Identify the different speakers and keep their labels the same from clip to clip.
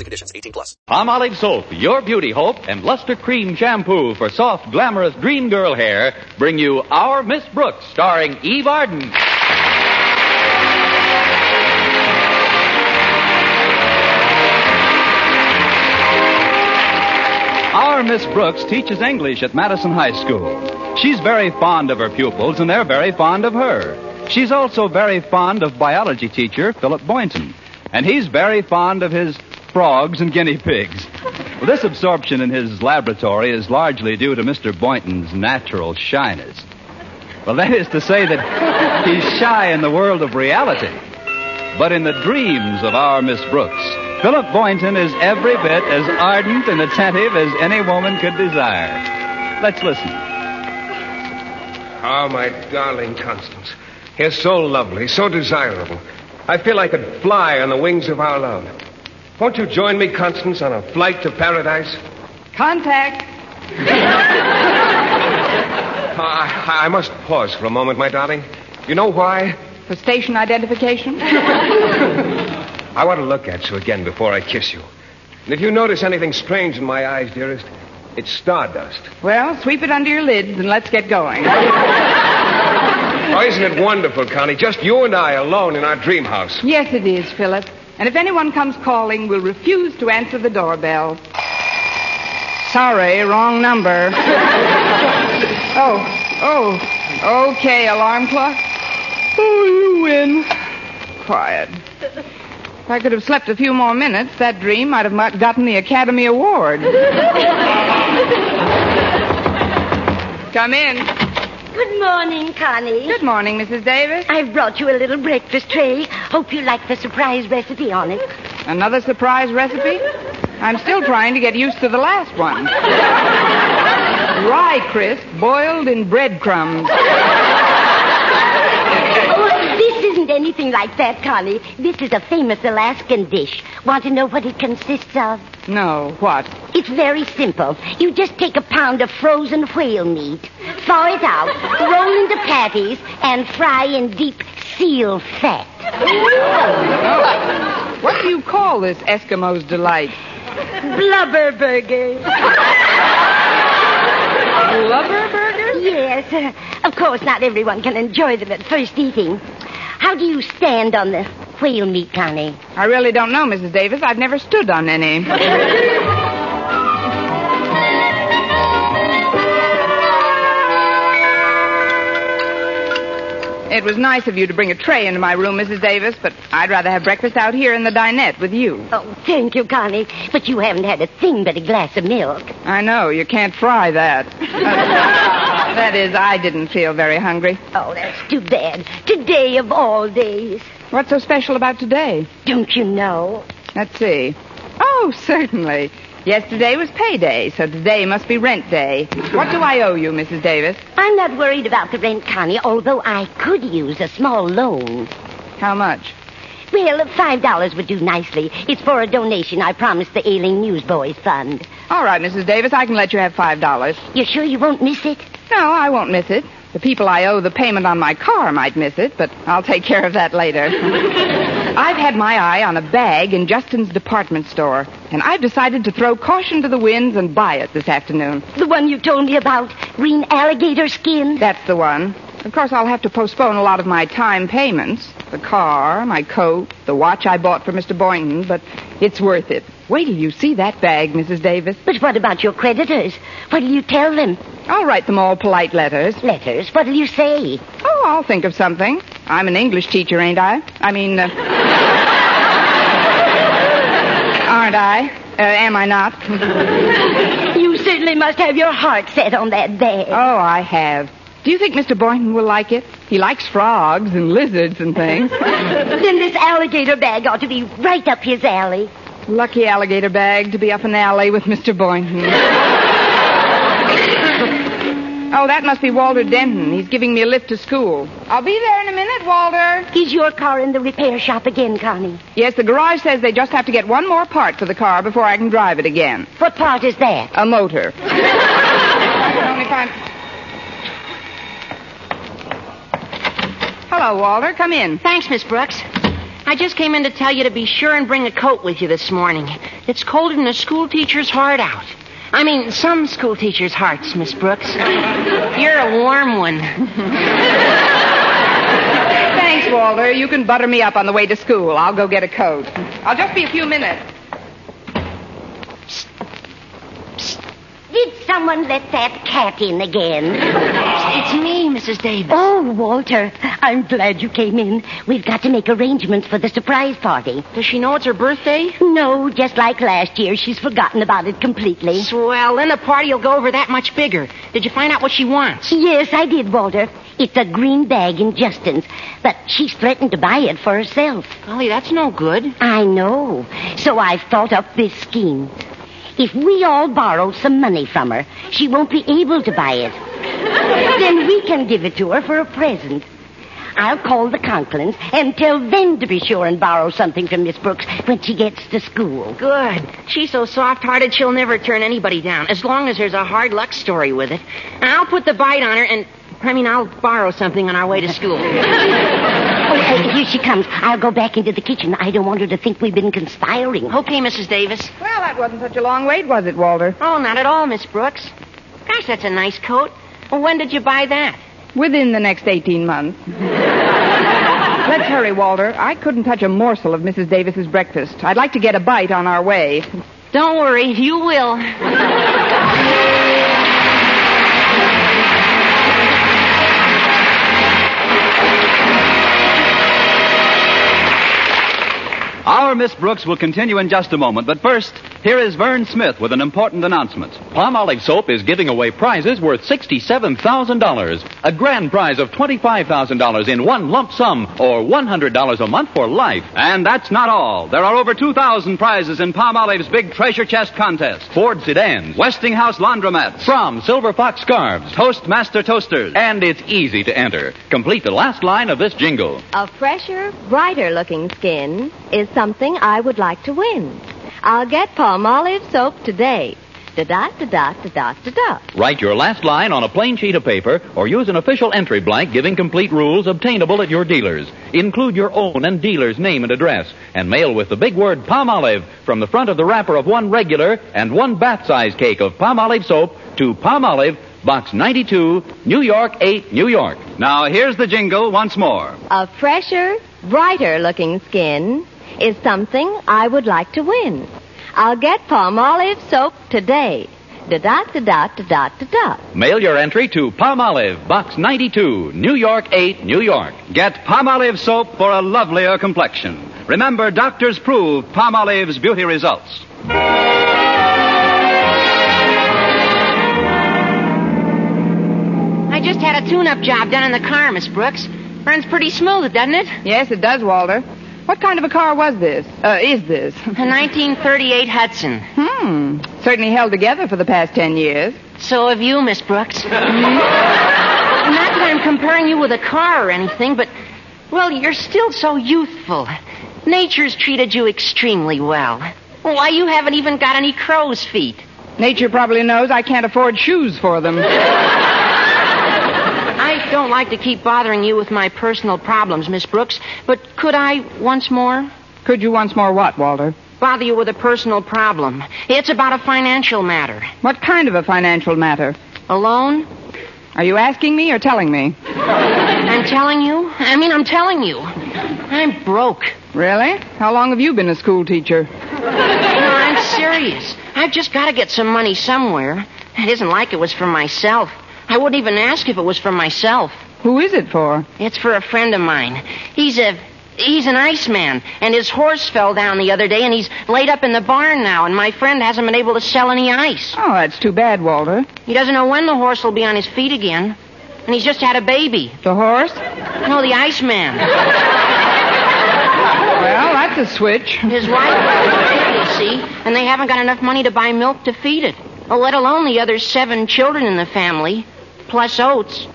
Speaker 1: and conditions. 18 plus.
Speaker 2: Palm Olive Soap, your beauty hope, and Luster Cream Shampoo for soft, glamorous dream girl hair bring you Our Miss Brooks, starring Eve Arden. Our Miss Brooks teaches English at Madison High School. She's very fond of her pupils, and they're very fond of her. She's also very fond of biology teacher Philip Boynton, and he's very fond of his frogs and guinea pigs. Well, this absorption in his laboratory is largely due to Mr. Boynton's natural shyness. Well, that is to say that he's shy in the world of reality. But in the dreams of our Miss Brooks, Philip Boynton is every bit as ardent and attentive as any woman could desire. Let's listen.
Speaker 3: Ah, my darling Constance. You're so lovely, so desirable. I feel I could fly on the wings of our love. Won't you join me, Constance, on a flight to paradise?
Speaker 4: Contact.
Speaker 3: I, I must pause for a moment, my darling. You know why?
Speaker 4: For station identification?
Speaker 3: I want to look at you again before I kiss you. And if you notice anything strange in my eyes, dearest, it's stardust.
Speaker 4: well, sweep it under your lids and let's get going.
Speaker 3: Oh, isn't it wonderful, Connie? Just you and I alone in our dream house.
Speaker 4: yes, it is, Philip. And if anyone comes calling, we'll refuse to answer the doorbell. Sorry, wrong number. oh, oh, okay, alarm clock. Oh, you win. Quiet. If I could have slept a few more minutes, that dream might have not gotten the Academy Award. Come in.
Speaker 5: Good morning, Connie.
Speaker 4: Good morning, Mrs. Davis.
Speaker 5: I've brought you a little breakfast tray. Hope you like the surprise recipe on it.
Speaker 4: Another surprise recipe? I'm still trying to get used to the last one. Rye crisp boiled in breadcrumbs.
Speaker 5: Oh, this isn't anything like that, Connie. This is a famous Alaskan dish. Want to know what it consists of?
Speaker 4: No, what?
Speaker 5: It's very simple. You just take a pound of frozen whale meat, thaw it out, roll into patties, and fry in deep seal fat.
Speaker 4: Oh. What do you call this Eskimo's delight?
Speaker 5: Blubber burger.
Speaker 4: Blubber burger?
Speaker 5: Yes. Of course, not everyone can enjoy them at first eating. How do you stand on the whale meat, Connie?
Speaker 4: I really don't know, Mrs. Davis. I've never stood on any. It was nice of you to bring a tray into my room, Mrs. Davis, but I'd rather have breakfast out here in the dinette with you.
Speaker 5: Oh, thank you, Connie. But you haven't had a thing but a glass of milk.
Speaker 4: I know, you can't fry that. Uh, that is, I didn't feel very hungry.
Speaker 5: Oh, that's too bad. Today of all days.
Speaker 4: What's so special about today?
Speaker 5: Don't you know?
Speaker 4: Let's see. Oh, certainly. Yesterday was payday, so today must be rent day. What do I owe you, Mrs. Davis?
Speaker 5: I'm not worried about the rent, Connie, although I could use a small loan.
Speaker 4: How much?
Speaker 5: Well, five dollars would do nicely. It's for a donation I promised the Ailing Newsboys Fund.
Speaker 4: All right, Mrs. Davis, I can let you have five dollars.
Speaker 5: You sure you won't miss it?
Speaker 4: No, I won't miss it. The people I owe the payment on my car might miss it, but I'll take care of that later. I've had my eye on a bag in Justin's department store, and I've decided to throw caution to the winds and buy it this afternoon.
Speaker 5: The one you told me about, green alligator skin?
Speaker 4: That's the one. Of course, I'll have to postpone a lot of my time payments the car, my coat, the watch I bought for Mr. Boynton, but it's worth it. Wait till you see that bag, Mrs. Davis.
Speaker 5: But what about your creditors? What'll you tell them?
Speaker 4: I'll write them all polite letters.
Speaker 5: Letters? What'll you say?
Speaker 4: Oh, I'll think of something. I'm an English teacher, ain't I? I mean, uh... aren't I? Uh, am I not?
Speaker 5: You certainly must have your heart set on that bag.
Speaker 4: oh, I have. Do you think Mr. Boynton will like it? He likes frogs and lizards and things.
Speaker 5: Then this alligator bag ought to be right up his alley.
Speaker 4: Lucky alligator bag to be up an alley with Mr. Boynton. oh, that must be Walter Denton. He's giving me a lift to school. I'll be there in a minute, Walter.
Speaker 5: Is your car in the repair shop again, Connie?
Speaker 4: Yes, the garage says they just have to get one more part for the car before I can drive it again.
Speaker 5: What part is that?
Speaker 4: A motor. Only if I'm- Hello, Walter. Come in.
Speaker 6: Thanks, Miss Brooks. I just came in to tell you to be sure and bring a coat with you this morning. It's colder than a school teacher's heart out. I mean, some school teachers' hearts, Miss Brooks. You're a warm one.
Speaker 4: Thanks, Walter. You can butter me up on the way to school. I'll go get a coat. I'll just be a few minutes.
Speaker 5: Did someone let that cat in again?
Speaker 6: It's me, Mrs. Davis.
Speaker 5: Oh, Walter, I'm glad you came in. We've got to make arrangements for the surprise party.
Speaker 6: Does she know it's her birthday?
Speaker 5: No, just like last year, she's forgotten about it completely.
Speaker 6: Well, then the party will go over that much bigger. Did you find out what she wants?
Speaker 5: Yes, I did, Walter. It's a green bag in Justin's, but she's threatened to buy it for herself.
Speaker 6: Golly, that's no good.
Speaker 5: I know. So I've thought up this scheme. If we all borrow some money from her, she won't be able to buy it. then we can give it to her for a present. I'll call the Conklins and tell them to be sure and borrow something from Miss Brooks when she gets to school.
Speaker 6: Good. She's so soft-hearted she'll never turn anybody down, as long as there's a hard luck story with it. And I'll put the bite on her, and I mean I'll borrow something on our way to school.
Speaker 5: Oh, uh, here she comes. I'll go back into the kitchen. I don't want her to think we've been conspiring.
Speaker 6: okay, Mrs. Davis.
Speaker 4: Well, that wasn't such a long wait, was it, Walter?
Speaker 6: Oh, not at all, Miss Brooks. Gosh, that's a nice coat. Well, when did you buy that?
Speaker 4: Within the next 18 months. Let's hurry, Walter. I couldn't touch a morsel of Mrs. Davis's breakfast. I'd like to get a bite on our way.
Speaker 6: Don't worry, you will.
Speaker 2: Our Miss Brooks will continue in just a moment, but first, here is Vern Smith with an important announcement. Palm Olive Soap is giving away prizes worth $67,000. A grand prize of $25,000 in one lump sum, or $100 a month for life. And that's not all. There are over 2,000 prizes in Palm Olive's big treasure chest contest. Ford sedans, Westinghouse laundromats, from Silver Fox scarves, Toastmaster toasters, and it's easy to enter. Complete the last line of this jingle.
Speaker 7: A fresher, brighter looking skin is something I would like to win. I'll get palm olive soap today. Da da da da da da da da.
Speaker 2: Write your last line on a plain sheet of paper or use an official entry blank giving complete rules obtainable at your dealers. Include your own and dealer's name and address and mail with the big word palm olive from the front of the wrapper of one regular and one bath size cake of palm olive soap to palm olive, box 92, New York 8, New York. Now here's the jingle once more.
Speaker 7: A fresher, brighter looking skin is something I would like to win. I'll get palm olive soap today. Da da da da da da da da.
Speaker 2: Mail your entry to Palm Olive, Box 92, New York 8, New York. Get Palm Olive soap for a lovelier complexion. Remember, doctors prove Palm Olive's beauty results.
Speaker 6: I just had a tune-up job done in the car, Miss Brooks. Runs pretty smooth, doesn't it?
Speaker 4: Yes, it does, Walter. What kind of a car was this? Uh, is this?
Speaker 6: A 1938 Hudson.
Speaker 4: Hmm. Certainly held together for the past 10 years.
Speaker 6: So have you, Miss Brooks. Not that I'm comparing you with a car or anything, but, well, you're still so youthful. Nature's treated you extremely well. Why, you haven't even got any crow's feet.
Speaker 4: Nature probably knows I can't afford shoes for them.
Speaker 6: I don't like to keep bothering you with my personal problems, Miss Brooks, but could I, once more,
Speaker 4: Could you once more what, Walter?
Speaker 6: bother you with a personal problem? It's about a financial matter.
Speaker 4: What kind of a financial matter?
Speaker 6: A loan?
Speaker 4: Are you asking me or telling me?
Speaker 6: I'm telling you. I mean, I'm telling you. I'm broke.
Speaker 4: Really? How long have you been a school teacher?
Speaker 6: No, I'm serious. I've just got to get some money somewhere. It isn't like it was for myself. I wouldn't even ask if it was for myself.
Speaker 4: Who is it for?
Speaker 6: It's for a friend of mine. He's a he's an iceman, and his horse fell down the other day, and he's laid up in the barn now. And my friend hasn't been able to sell any ice.
Speaker 4: Oh, that's too bad, Walter.
Speaker 6: He doesn't know when the horse will be on his feet again, and he's just had a baby.
Speaker 4: The horse?
Speaker 6: No, the iceman.
Speaker 4: Well, that's a switch.
Speaker 6: His wife has a baby, see, and they haven't got enough money to buy milk to feed it. Oh, let alone the other seven children in the family, plus oats. Isn't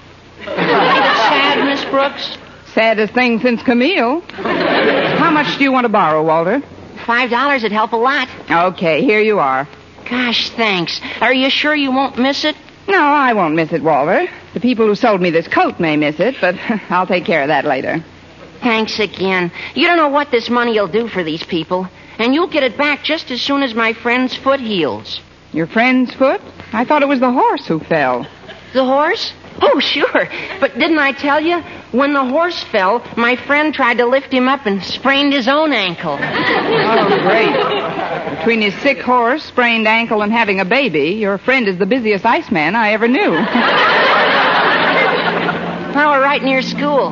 Speaker 6: it sad, Miss Brooks?
Speaker 4: Saddest thing since Camille. Oh. How much do you want to borrow, Walter?
Speaker 6: Five dollars would help a lot.
Speaker 4: Okay, here you are.
Speaker 6: Gosh, thanks. Are you sure you won't miss it?
Speaker 4: No, I won't miss it, Walter. The people who sold me this coat may miss it, but I'll take care of that later.
Speaker 6: Thanks again. You don't know what this money will do for these people, and you'll get it back just as soon as my friend's foot heals.
Speaker 4: Your friend's foot? I thought it was the horse who fell.
Speaker 6: The horse? Oh, sure. But didn't I tell you? When the horse fell, my friend tried to lift him up and sprained his own ankle.
Speaker 4: Oh, great. Between his sick horse, sprained ankle, and having a baby, your friend is the busiest iceman I ever knew.
Speaker 6: Now we're right near school.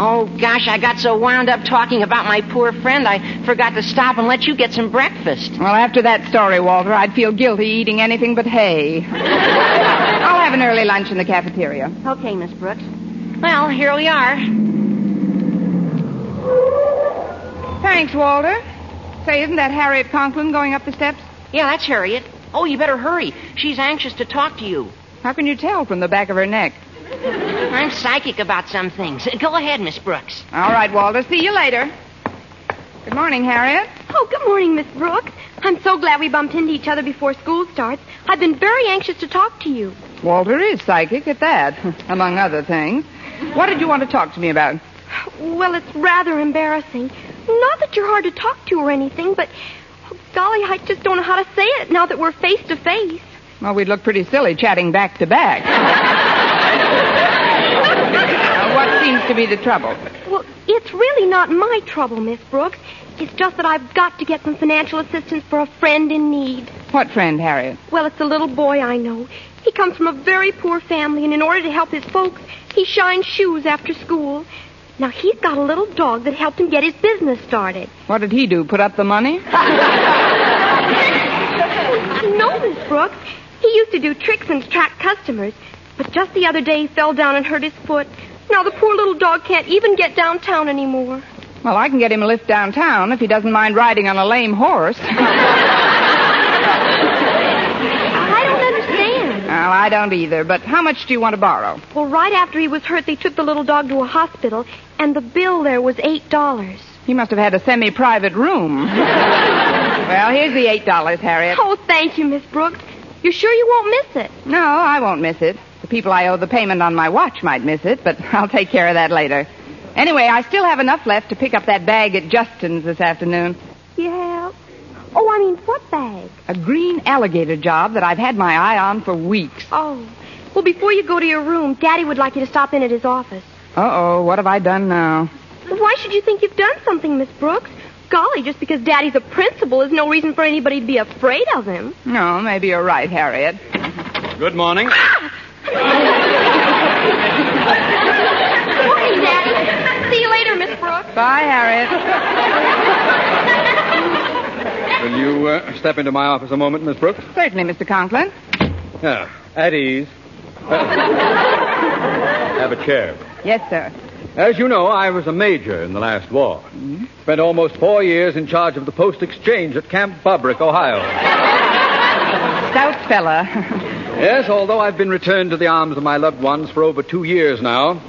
Speaker 6: Oh, gosh, I got so wound up talking about my poor friend, I forgot to stop and let you get some breakfast.
Speaker 4: well, after that story, Walter, I'd feel guilty eating anything but hay. I'll have an early lunch in the cafeteria.
Speaker 6: Okay, Miss Brooks. Well, here we are.
Speaker 4: Thanks, Walter. Say, isn't that Harriet Conklin going up the steps?
Speaker 6: Yeah, that's Harriet. Oh, you better hurry. She's anxious to talk to you.
Speaker 4: How can you tell from the back of her neck?
Speaker 6: I'm psychic about some things. Go ahead, Miss Brooks.
Speaker 4: All right, Walter. See you later. Good morning, Harriet.
Speaker 8: Oh, good morning, Miss Brooks. I'm so glad we bumped into each other before school starts. I've been very anxious to talk to you.
Speaker 4: Walter is psychic at that, among other things. What did you want to talk to me about?
Speaker 8: Well, it's rather embarrassing. Not that you're hard to talk to or anything, but oh, golly, I just don't know how to say it now that we're face to face.
Speaker 4: Well, we'd look pretty silly chatting back to back. Now, what seems to be the trouble?
Speaker 8: Well, it's really not my trouble, Miss Brooks. It's just that I've got to get some financial assistance for a friend in need.
Speaker 4: What friend, Harriet?
Speaker 8: Well, it's a little boy I know. He comes from a very poor family, and in order to help his folks, he shines shoes after school. Now, he's got a little dog that helped him get his business started.
Speaker 4: What did he do? Put up the money?
Speaker 8: No, Miss Brooks. He used to do tricks and attract customers. But just the other day, he fell down and hurt his foot. Now the poor little dog can't even get downtown anymore.
Speaker 4: Well, I can get him a lift downtown if he doesn't mind riding on a lame horse. Well,
Speaker 8: I don't understand.
Speaker 4: I don't either, but how much do you want to borrow?
Speaker 8: Well, right after he was hurt, they took the little dog to a hospital, and the bill there was eight dollars.
Speaker 4: He must have had a semi-private room. well, here's the eight dollars, Harriet.
Speaker 8: Oh, thank you, Miss Brooks. You're sure you won't miss it?
Speaker 4: No, I won't miss it. The people I owe the payment on my watch might miss it, but I'll take care of that later. Anyway, I still have enough left to pick up that bag at Justin's this afternoon.
Speaker 8: Yeah. Oh, I mean, what bag?
Speaker 4: A green alligator job that I've had my eye on for weeks.
Speaker 8: Oh. Well, before you go to your room, Daddy would like you to stop in at his office.
Speaker 4: Uh-oh, what have I done now?
Speaker 8: Why should you think you've done something, Miss Brooks? Golly, just because Daddy's a principal is no reason for anybody to be afraid of him.
Speaker 4: No, maybe you're right, Harriet.
Speaker 9: Good morning.
Speaker 8: Morning, Daddy. See you later, Miss Brooks.
Speaker 4: Bye, Harriet.
Speaker 9: Will you uh, step into my office a moment, Miss Brooks?
Speaker 4: Certainly, Mr. Conklin.
Speaker 9: Yeah, at ease. have a chair.
Speaker 4: Yes, sir.
Speaker 9: As you know, I was a major in the last war. Spent almost four years in charge of the post exchange at Camp Fabric, Ohio.
Speaker 4: Stout fella.
Speaker 9: yes, although I've been returned to the arms of my loved ones for over two years now,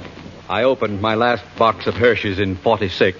Speaker 9: I opened my last box of Hershey's in 46.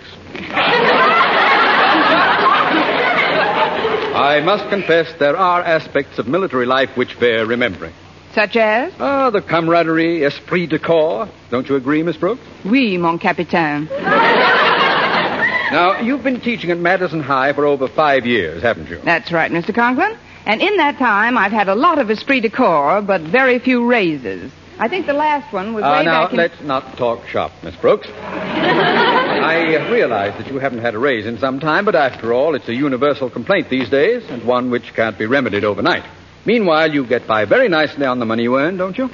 Speaker 9: I must confess there are aspects of military life which bear remembering.
Speaker 4: Such as?
Speaker 9: Ah, the camaraderie, esprit de corps. Don't you agree, Miss Brooks?
Speaker 4: Oui, mon capitaine.
Speaker 9: Now, you've been teaching at Madison High for over five years, haven't you?
Speaker 4: That's right, Mr. Conklin. And in that time, I've had a lot of esprit de corps, but very few raises. I think the last one was
Speaker 9: Uh,
Speaker 4: way
Speaker 9: now,
Speaker 4: back in...
Speaker 9: let's not talk shop, Miss Brooks. I uh, realize that you haven't had a raise in some time, but after all, it's a universal complaint these days, and one which can't be remedied overnight. Meanwhile, you get by very nicely on the money you earn, don't you?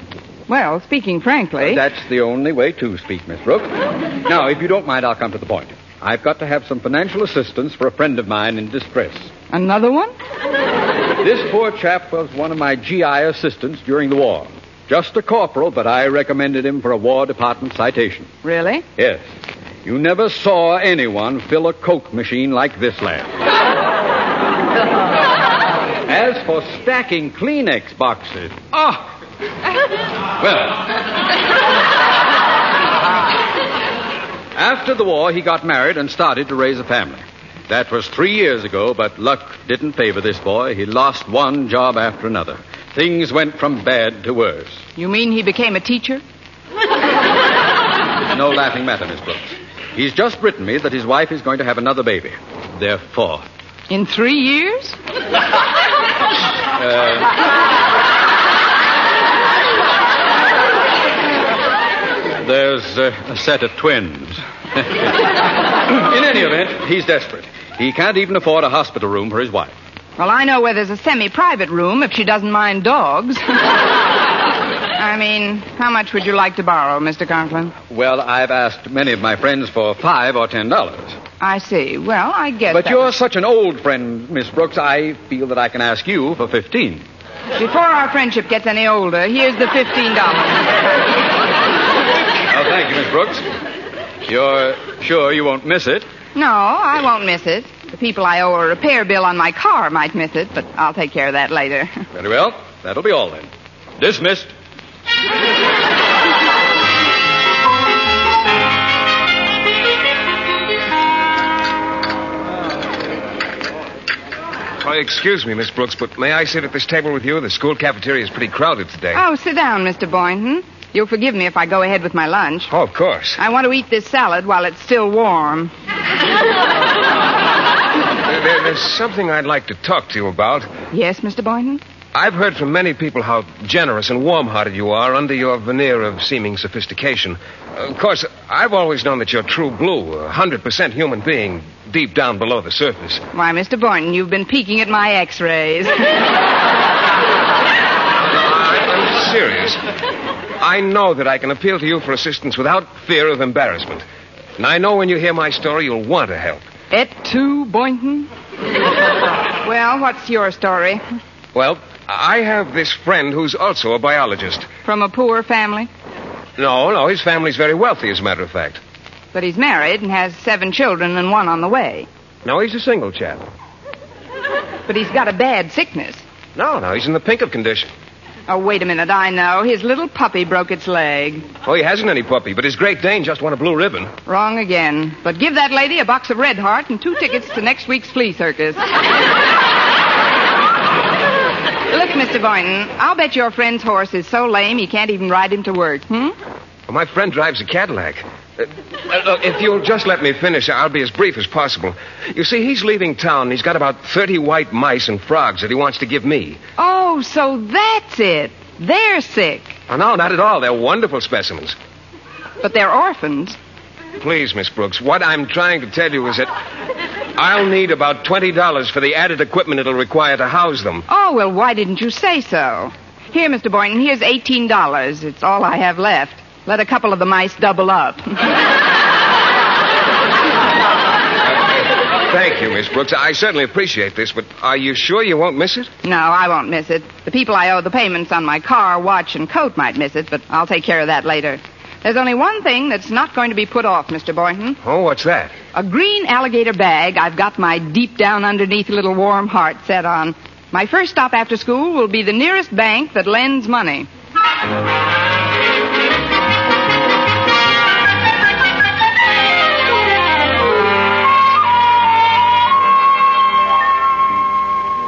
Speaker 4: Well, speaking frankly...
Speaker 9: That's the only way to speak, Miss Brooks. Now, if you don't mind, I'll come to the point. I've got to have some financial assistance for a friend of mine in distress.
Speaker 4: Another one?
Speaker 9: This poor chap was one of my GI assistants during the war. Just a corporal, but I recommended him for a War Department citation.
Speaker 4: Really?
Speaker 9: Yes. You never saw anyone fill a Coke machine like this lad. As for stacking Kleenex boxes, ah,
Speaker 10: Oh.
Speaker 9: well, after the war, he got married and started to raise a family. That was three years ago, but luck didn't favor this boy. He lost one job after another. Things went from bad to worse.
Speaker 4: You mean he became a teacher?
Speaker 9: No laughing matter, Miss Brooks. He's just written me that his wife is going to have another baby. They're four.
Speaker 4: In three years?
Speaker 9: Uh, There's uh, a set of twins. In any event, he's desperate. He can't even afford a hospital room for his wife.
Speaker 4: Well, I know where there's a semi-private room if she doesn't mind dogs. I mean, how much would you like to borrow, Mr. Conklin?
Speaker 9: Well, I've asked many of my friends for five or ten dollars.
Speaker 4: I see. Well, I guess.
Speaker 9: But
Speaker 4: that-
Speaker 9: you're such an old friend, Miss Brooks, I feel that I can ask you for fifteen.
Speaker 4: Before our friendship gets any older, here's the fifteen dollars.
Speaker 9: Oh, thank you, Miss Brooks. You're sure you won't miss it?
Speaker 4: No, I won't miss it. The people I owe a repair bill on my car might miss it, but I'll take care of that later.
Speaker 9: Very well. That'll be all then. Dismissed.
Speaker 3: Oh, excuse me, Miss Brooks, but may I sit at this table with you? The school cafeteria is pretty crowded today.
Speaker 4: Oh, sit down, Mr. Boynton. You'll forgive me if I go ahead with my lunch.
Speaker 3: Oh, of course.
Speaker 4: I want to eat this salad while it's still warm.
Speaker 3: There- there- there's something I'd like to talk to you about.
Speaker 4: Yes, Mr. Boynton?
Speaker 3: I've heard from many people how generous and warm hearted you are under your veneer of seeming sophistication. Of course, I've always known that you're true blue, a 100% human being, deep down below the surface.
Speaker 4: Why, Mr. Boynton, you've been peeking at my x rays.
Speaker 3: I'm serious. I know that I can appeal to you for assistance without fear of embarrassment. And I know when you hear my story, you'll want to help.
Speaker 4: Et tu, Boynton? well, what's your story?
Speaker 3: Well, I have this friend who's also a biologist.
Speaker 4: From a poor family?
Speaker 3: No, no, his family's very wealthy, as a matter of fact.
Speaker 4: But he's married and has seven children and one on the way.
Speaker 3: No, he's a single chap.
Speaker 4: But he's got a bad sickness.
Speaker 3: No, no, he's in the pink of condition.
Speaker 4: Oh, wait a minute. I know. His little puppy broke its leg.
Speaker 3: Oh, he hasn't any puppy, but his Great Dane just won a blue ribbon.
Speaker 4: Wrong again. But give that lady a box of Red Heart and two tickets to next week's flea circus. Look, Mr. Boynton, I'll bet your friend's horse is so lame he can't even ride him to work. Hmm?
Speaker 3: Well, my friend drives a Cadillac. Uh, uh, look, if you'll just let me finish, I'll be as brief as possible. You see, he's leaving town. and He's got about 30 white mice and frogs that he wants to give me.
Speaker 4: Oh, so that's it. They're sick.
Speaker 3: Oh, no, not at all. They're wonderful specimens.
Speaker 4: But they're orphans.
Speaker 3: Please, Miss Brooks, what I'm trying to tell you is that I'll need about $20 for the added equipment it'll require to house them.
Speaker 4: Oh, well, why didn't you say so? Here, Mr. Boynton, here's $18. It's all I have left. Let a couple of the mice double up.
Speaker 3: Thank you, Miss Brooks. I certainly appreciate this, but are you sure you won't miss it?
Speaker 4: no, I won't miss it. The people I owe the payments on my car, watch, and coat might miss it, but I'll take care of that later. There's only one thing that's not going to be put off, Mr. Boynton.
Speaker 3: Oh, what's that?
Speaker 4: A green alligator bag I've got my deep down underneath little warm heart set on. My first stop after school will be the nearest bank that lends money.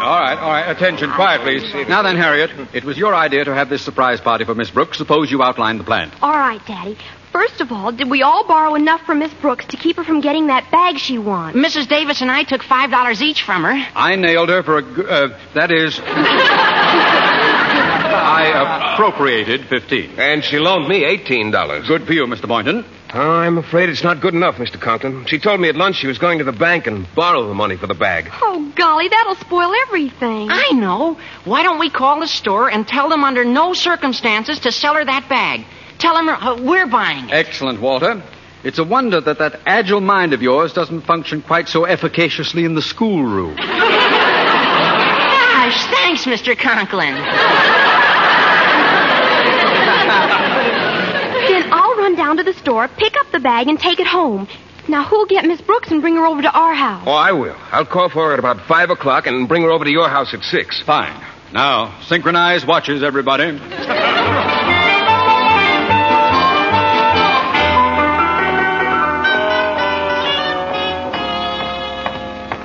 Speaker 9: All right, all right. Attention, quiet, please. Now then, Harriet, it was your idea to have this surprise party for Miss Brooks. Suppose you outlined the plan.
Speaker 8: All right, Daddy. First of all, did we all borrow enough from Miss Brooks to keep her from getting that bag she wants?
Speaker 6: Mrs. Davis and I took five dollars each from her.
Speaker 9: I nailed her for a. gr- Uh, that is. I appropriated 15.
Speaker 3: And she loaned me $18.
Speaker 9: Good for you, Mr. Boynton.
Speaker 3: Ah, I'm afraid it's not good enough, Mr. Conklin. She told me at lunch she was going to the bank and borrow the money for the bag.
Speaker 8: Oh, golly, that'll spoil everything.
Speaker 6: I know. Why don't we call the store and tell them under no circumstances to sell her that bag? Tell them uh, we're buying it.
Speaker 9: Excellent, Walter. It's a wonder that that agile mind of yours doesn't function quite so efficaciously in the schoolroom.
Speaker 6: Gosh, thanks, Mr. Conklin.
Speaker 8: Then I'll run down to the store, pick up the bag, and take it home. Now, who'll get Miss Brooks and bring her over to our house?
Speaker 3: Oh, I will. I'll call for her at about 5 o'clock and bring her over to your house at 6.
Speaker 9: Fine. Now, synchronize watches, everybody.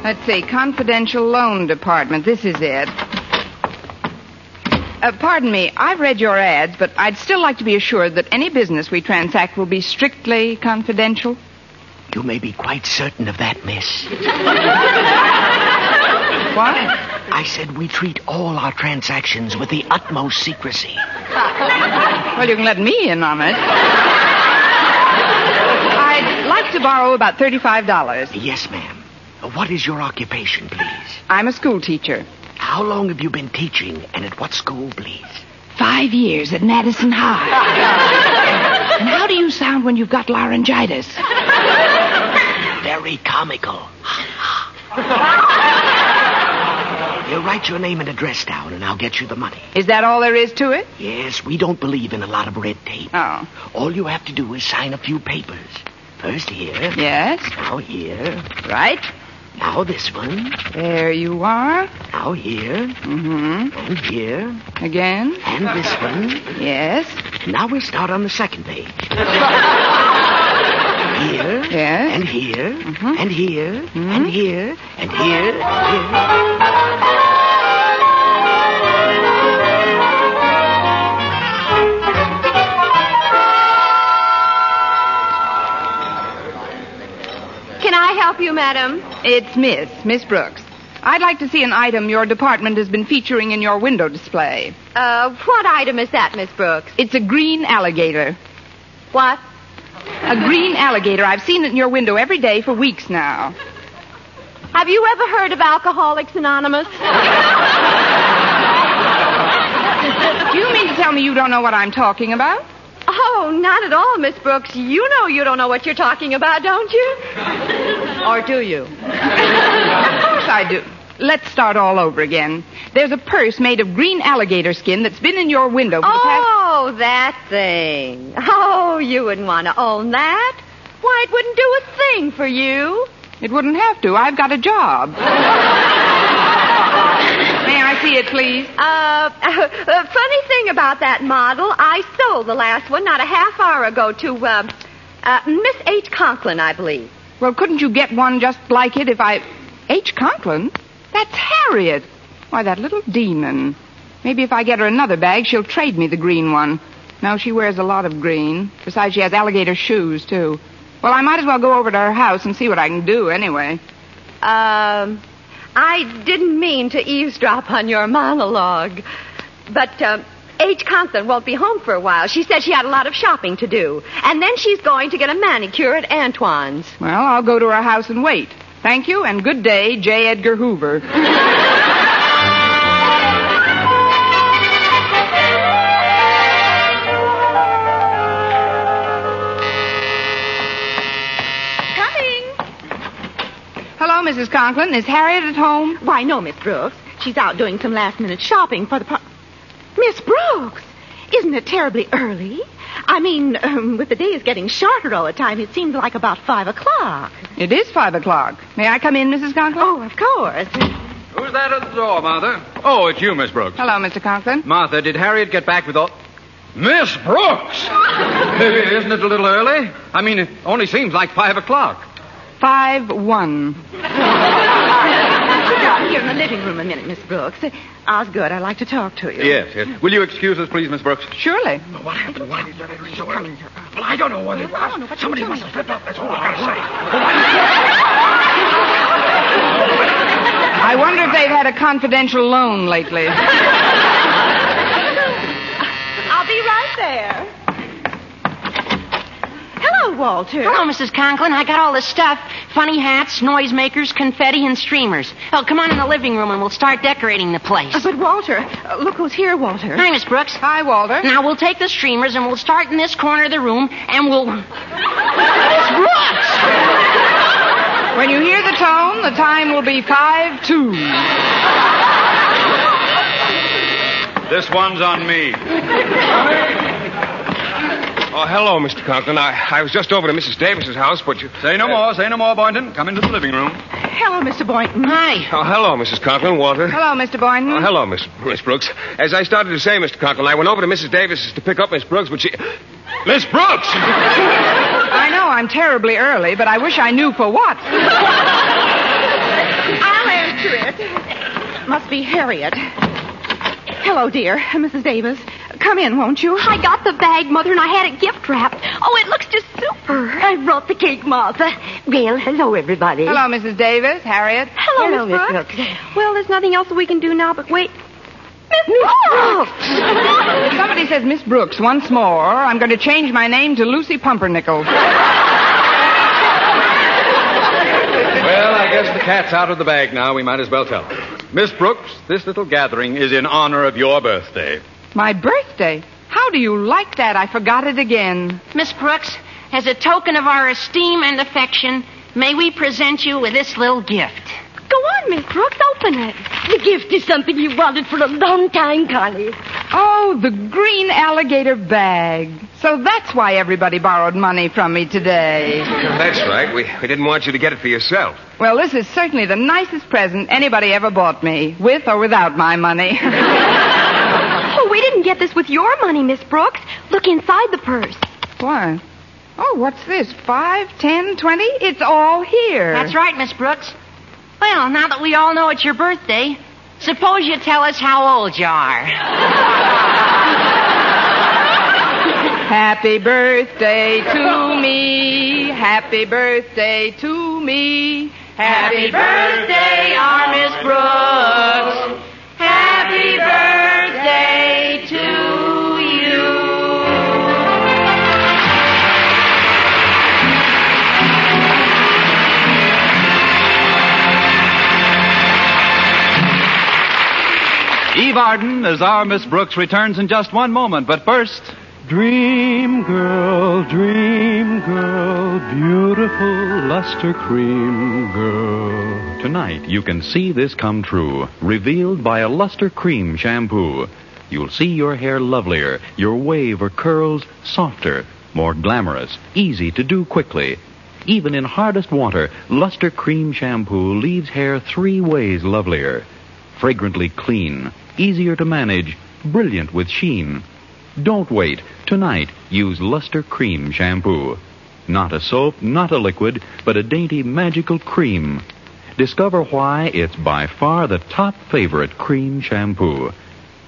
Speaker 4: Let's see, confidential loan department. This is it. Uh, pardon me, I've read your ads, but I'd still like to be assured that any business we transact will be strictly confidential.
Speaker 10: You may be quite certain of that, miss.
Speaker 4: What?
Speaker 10: I said we treat all our transactions with the utmost secrecy.
Speaker 4: Well, you can let me in on it. I'd like to borrow about $35.
Speaker 10: Yes, ma'am. What is your occupation, please?
Speaker 4: I'm a school teacher.
Speaker 10: How long have you been teaching and at what school, please?
Speaker 4: Five years at Madison High. and how do you sound when you've got laryngitis?
Speaker 10: Very comical. you write your name and address down, and I'll get you the money.
Speaker 4: Is that all there is to it?
Speaker 10: Yes, we don't believe in a lot of red tape.
Speaker 4: Oh.
Speaker 10: All you have to do is sign a few papers. First here.
Speaker 4: Yes.
Speaker 10: Now here.
Speaker 4: Right.
Speaker 10: Now this one.
Speaker 4: There you are.
Speaker 10: Now here.
Speaker 4: Mm-hmm.
Speaker 10: And here.
Speaker 4: Again.
Speaker 10: And this one.
Speaker 4: Yes.
Speaker 10: Now we'll start on the second page. here.
Speaker 4: Yes.
Speaker 10: And here. And here. And here. And here. And here.
Speaker 8: Can I help you, madam?
Speaker 4: It's Miss, Miss Brooks. I'd like to see an item your department has been featuring in your window display.
Speaker 8: Uh, what item is that, Miss Brooks?
Speaker 4: It's a green alligator.
Speaker 8: What?
Speaker 4: A green alligator. I've seen it in your window every day for weeks now.
Speaker 8: Have you ever heard of Alcoholics Anonymous?
Speaker 4: You mean to tell me you don't know what I'm talking about?
Speaker 8: Oh, not at all, Miss Brooks. You know you don't know what you're talking about, don't you? or do you?
Speaker 4: Of course I do. Let's start all over again. There's a purse made of green alligator skin that's been in your window for the past.
Speaker 8: Oh, that thing. Oh, you wouldn't want to own that. Why, it wouldn't do a thing for you.
Speaker 4: It wouldn't have to. I've got a job. May
Speaker 8: Oh.
Speaker 4: I see it, please?
Speaker 8: Uh, uh, funny thing about that model, I sold the last one not a half hour ago to, uh, uh, Miss H. Conklin, I believe.
Speaker 4: Well, couldn't you get one just like it if I. H. Conklin? That's Harriet. Why, that little demon. Maybe if I get her another bag, she'll trade me the green one. No, she wears a lot of green. Besides, she has alligator shoes, too. Well, I might as well go over to her house and see what I can do, anyway.
Speaker 8: Um, I didn't mean to eavesdrop on your monologue, but um, H. Conklin won't be home for a while. She said she had a lot of shopping to do, and then she's going to get a manicure at Antoine's.
Speaker 4: Well, I'll go to her house and wait. Thank you, and good day, J. Edgar Hoover.
Speaker 8: Coming?
Speaker 4: Hello, Mrs. Conklin. Is Harriet at home?
Speaker 8: Why, no, Miss Brooks. She's out doing some last-minute shopping for the par- Miss Brooks, isn't it terribly early? I mean, um, with the days getting shorter all the time, it seems like about five o'clock.
Speaker 4: It is five o'clock. May I come in, Mrs. Conklin?
Speaker 8: Oh, of course.
Speaker 9: Who's that at the door, Martha? Oh, it's you, Miss Brooks.
Speaker 4: Hello, Mr. Conklin.
Speaker 9: Martha, did Harriet get back with all. Miss Brooks! Hey, Isn't it a little early? I mean, it only seems like five o'clock.
Speaker 4: Five one.
Speaker 8: Sit down here in the living room a minute, Miss Brooks. Osgood, I'd like to talk to you.
Speaker 9: Yes, yes. Will you excuse us, please, Miss Brooks?
Speaker 4: Surely.
Speaker 10: What happened? Why did you so early? Well, I don't know what it was. Somebody must have slipped up. That's all I gotta say.
Speaker 4: I wonder if they've had a confidential loan lately.
Speaker 8: there. Hello, Walter.
Speaker 6: Hello, Mrs. Conklin. I got all this stuff. Funny hats, noisemakers, confetti, and streamers. Oh, come on in the living room and we'll start decorating the place.
Speaker 8: but, Walter, uh, look who's here, Walter.
Speaker 6: Hi, Miss Brooks.
Speaker 8: Hi, Walter.
Speaker 6: Now, we'll take the streamers and we'll start in this corner of the room and we'll... Miss Brooks!
Speaker 4: When you hear the tone, the time will be five two.
Speaker 11: This one's on me.
Speaker 3: Oh, hello, Mr. Conklin. I, I was just over to Mrs. Davis's house, but you. Uh,
Speaker 11: Say no more. Say no more, Boynton. Come into the living room.
Speaker 4: Hello, Mr. Boynton.
Speaker 6: Hi.
Speaker 3: Oh, hello, Mrs. Conklin. Walter.
Speaker 4: Hello, Mr. Boynton.
Speaker 3: Oh, hello, Miss, Miss Brooks. As I started to say, Mr. Conklin, I went over to Mrs. Davis's to pick up Miss Brooks, but she. Miss Brooks!
Speaker 4: I know I'm terribly early, but I wish I knew for what.
Speaker 8: I'll answer it. Must be Harriet. Hello, dear. Mrs. Davis. Come in, won't you?
Speaker 12: I got the bag, Mother, and I had it gift wrapped. Oh, it looks just super. I brought the cake, Martha.
Speaker 5: Well, hello, everybody.
Speaker 4: Hello, Mrs. Davis. Harriet.
Speaker 12: Hello,
Speaker 5: Hello,
Speaker 12: Miss
Speaker 5: Miss
Speaker 12: Brooks. Well, there's nothing else that we can do now but wait. Miss
Speaker 4: If somebody says Miss Brooks once more, I'm going to change my name to Lucy Pumpernickel.
Speaker 11: Well, I guess the cat's out of the bag now. We might as well tell her. Miss Brooks, this little gathering is in honor of your birthday.
Speaker 4: My birthday. How do you like that? I forgot it again.
Speaker 6: Miss Brooks, as a token of our esteem and affection, may we present you with this little gift.
Speaker 12: Go on, Miss Brooks, open it.
Speaker 5: The gift is something you wanted for a long time, Connie.
Speaker 4: Oh, the green alligator bag. So that's why everybody borrowed money from me today.
Speaker 3: That's right. We, we didn't want you to get it for yourself.
Speaker 4: Well, this is certainly the nicest present anybody ever bought me, with or without my money.
Speaker 12: Oh, we didn't get this with your money, Miss Brooks. Look inside the purse.
Speaker 4: Why? Oh, what's this? Five, ten, twenty? It's all here.
Speaker 6: That's right, Miss Brooks. Well, now that we all know it's your birthday, suppose you tell us how old you are.
Speaker 4: Happy birthday to me. Happy birthday to me. Happy birthday, our Miss Brooks. Happy birthday to
Speaker 9: Eve Arden, as our Miss Brooks, returns in just one moment. But first,
Speaker 2: Dream girl, dream girl, beautiful luster cream girl.
Speaker 11: Tonight, you can see this come true, revealed by a Luster Cream shampoo. You'll see your hair lovelier, your wave or curls softer, more glamorous, easy to do quickly. Even in hardest water, Luster Cream shampoo leaves hair three ways lovelier. Fragrantly clean, easier to manage, brilliant with sheen. Don't wait. Tonight, use Luster Cream shampoo. Not a soap, not a liquid, but a dainty magical cream. Discover why it's by far the top favorite cream shampoo.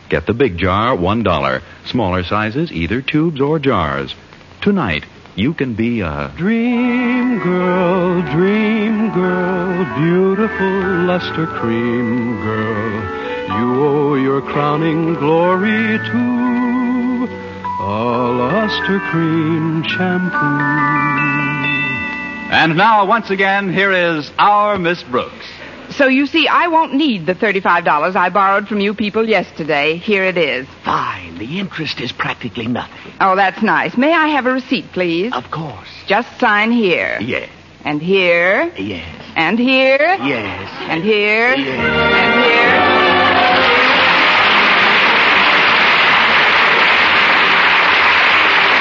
Speaker 11: Get the big jar, $1. Smaller sizes, either tubes or jars. Tonight, you can be a.
Speaker 2: Dream girl, dream girl, beautiful luster cream girl. You owe your crowning glory to a luster cream shampoo.
Speaker 9: and now once again, here is our Miss Brooks.
Speaker 4: you. So you see, I won't need the $35 I borrowed from you people yesterday. Here it is.
Speaker 13: Fine. The interest is practically nothing.
Speaker 4: Oh, that's nice. May I have a receipt, please? Of
Speaker 13: course.
Speaker 4: Just sign here.
Speaker 13: Yes.
Speaker 4: And here.
Speaker 13: Yes.
Speaker 4: And here.
Speaker 13: Yes.
Speaker 4: And here.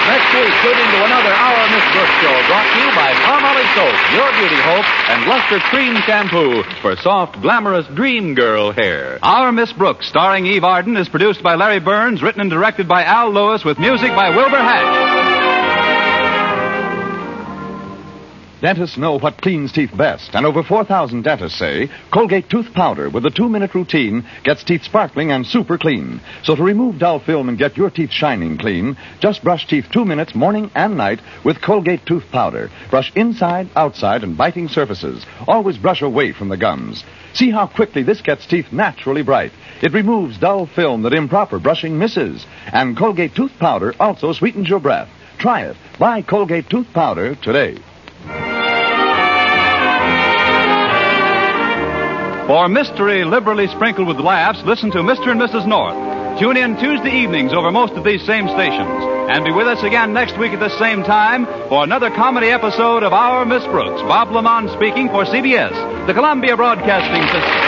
Speaker 11: Next week, tune into another Our Miss Brooks show brought to you by Palmolive Soap, Your Beauty Hope, and Luster Cream Shampoo for soft, glamorous dream girl hair. Our Miss Brooks, starring Eve Arden, is produced by Larry Burns, written and directed by Al Lewis, with music by Wilbur Hatch.
Speaker 14: Dentists know what cleans teeth best, and over 4,000 dentists say Colgate tooth powder with a two minute routine gets teeth sparkling and super clean. So to remove dull film and get your teeth shining clean, just brush teeth two minutes morning and night with Colgate tooth powder. Brush inside, outside, and biting surfaces. Always brush away from the gums. See how quickly this gets teeth naturally bright. It removes dull film that improper brushing misses. And Colgate tooth powder also sweetens your breath. Try it. Buy Colgate tooth powder today.
Speaker 2: For mystery liberally sprinkled with laughs, listen to Mr. and Mrs. North. Tune in Tuesday evenings over most of these same stations. And be with us again next week at the same time for another comedy episode of Our Miss Brooks. Bob Lamont speaking for CBS, the Columbia Broadcasting System.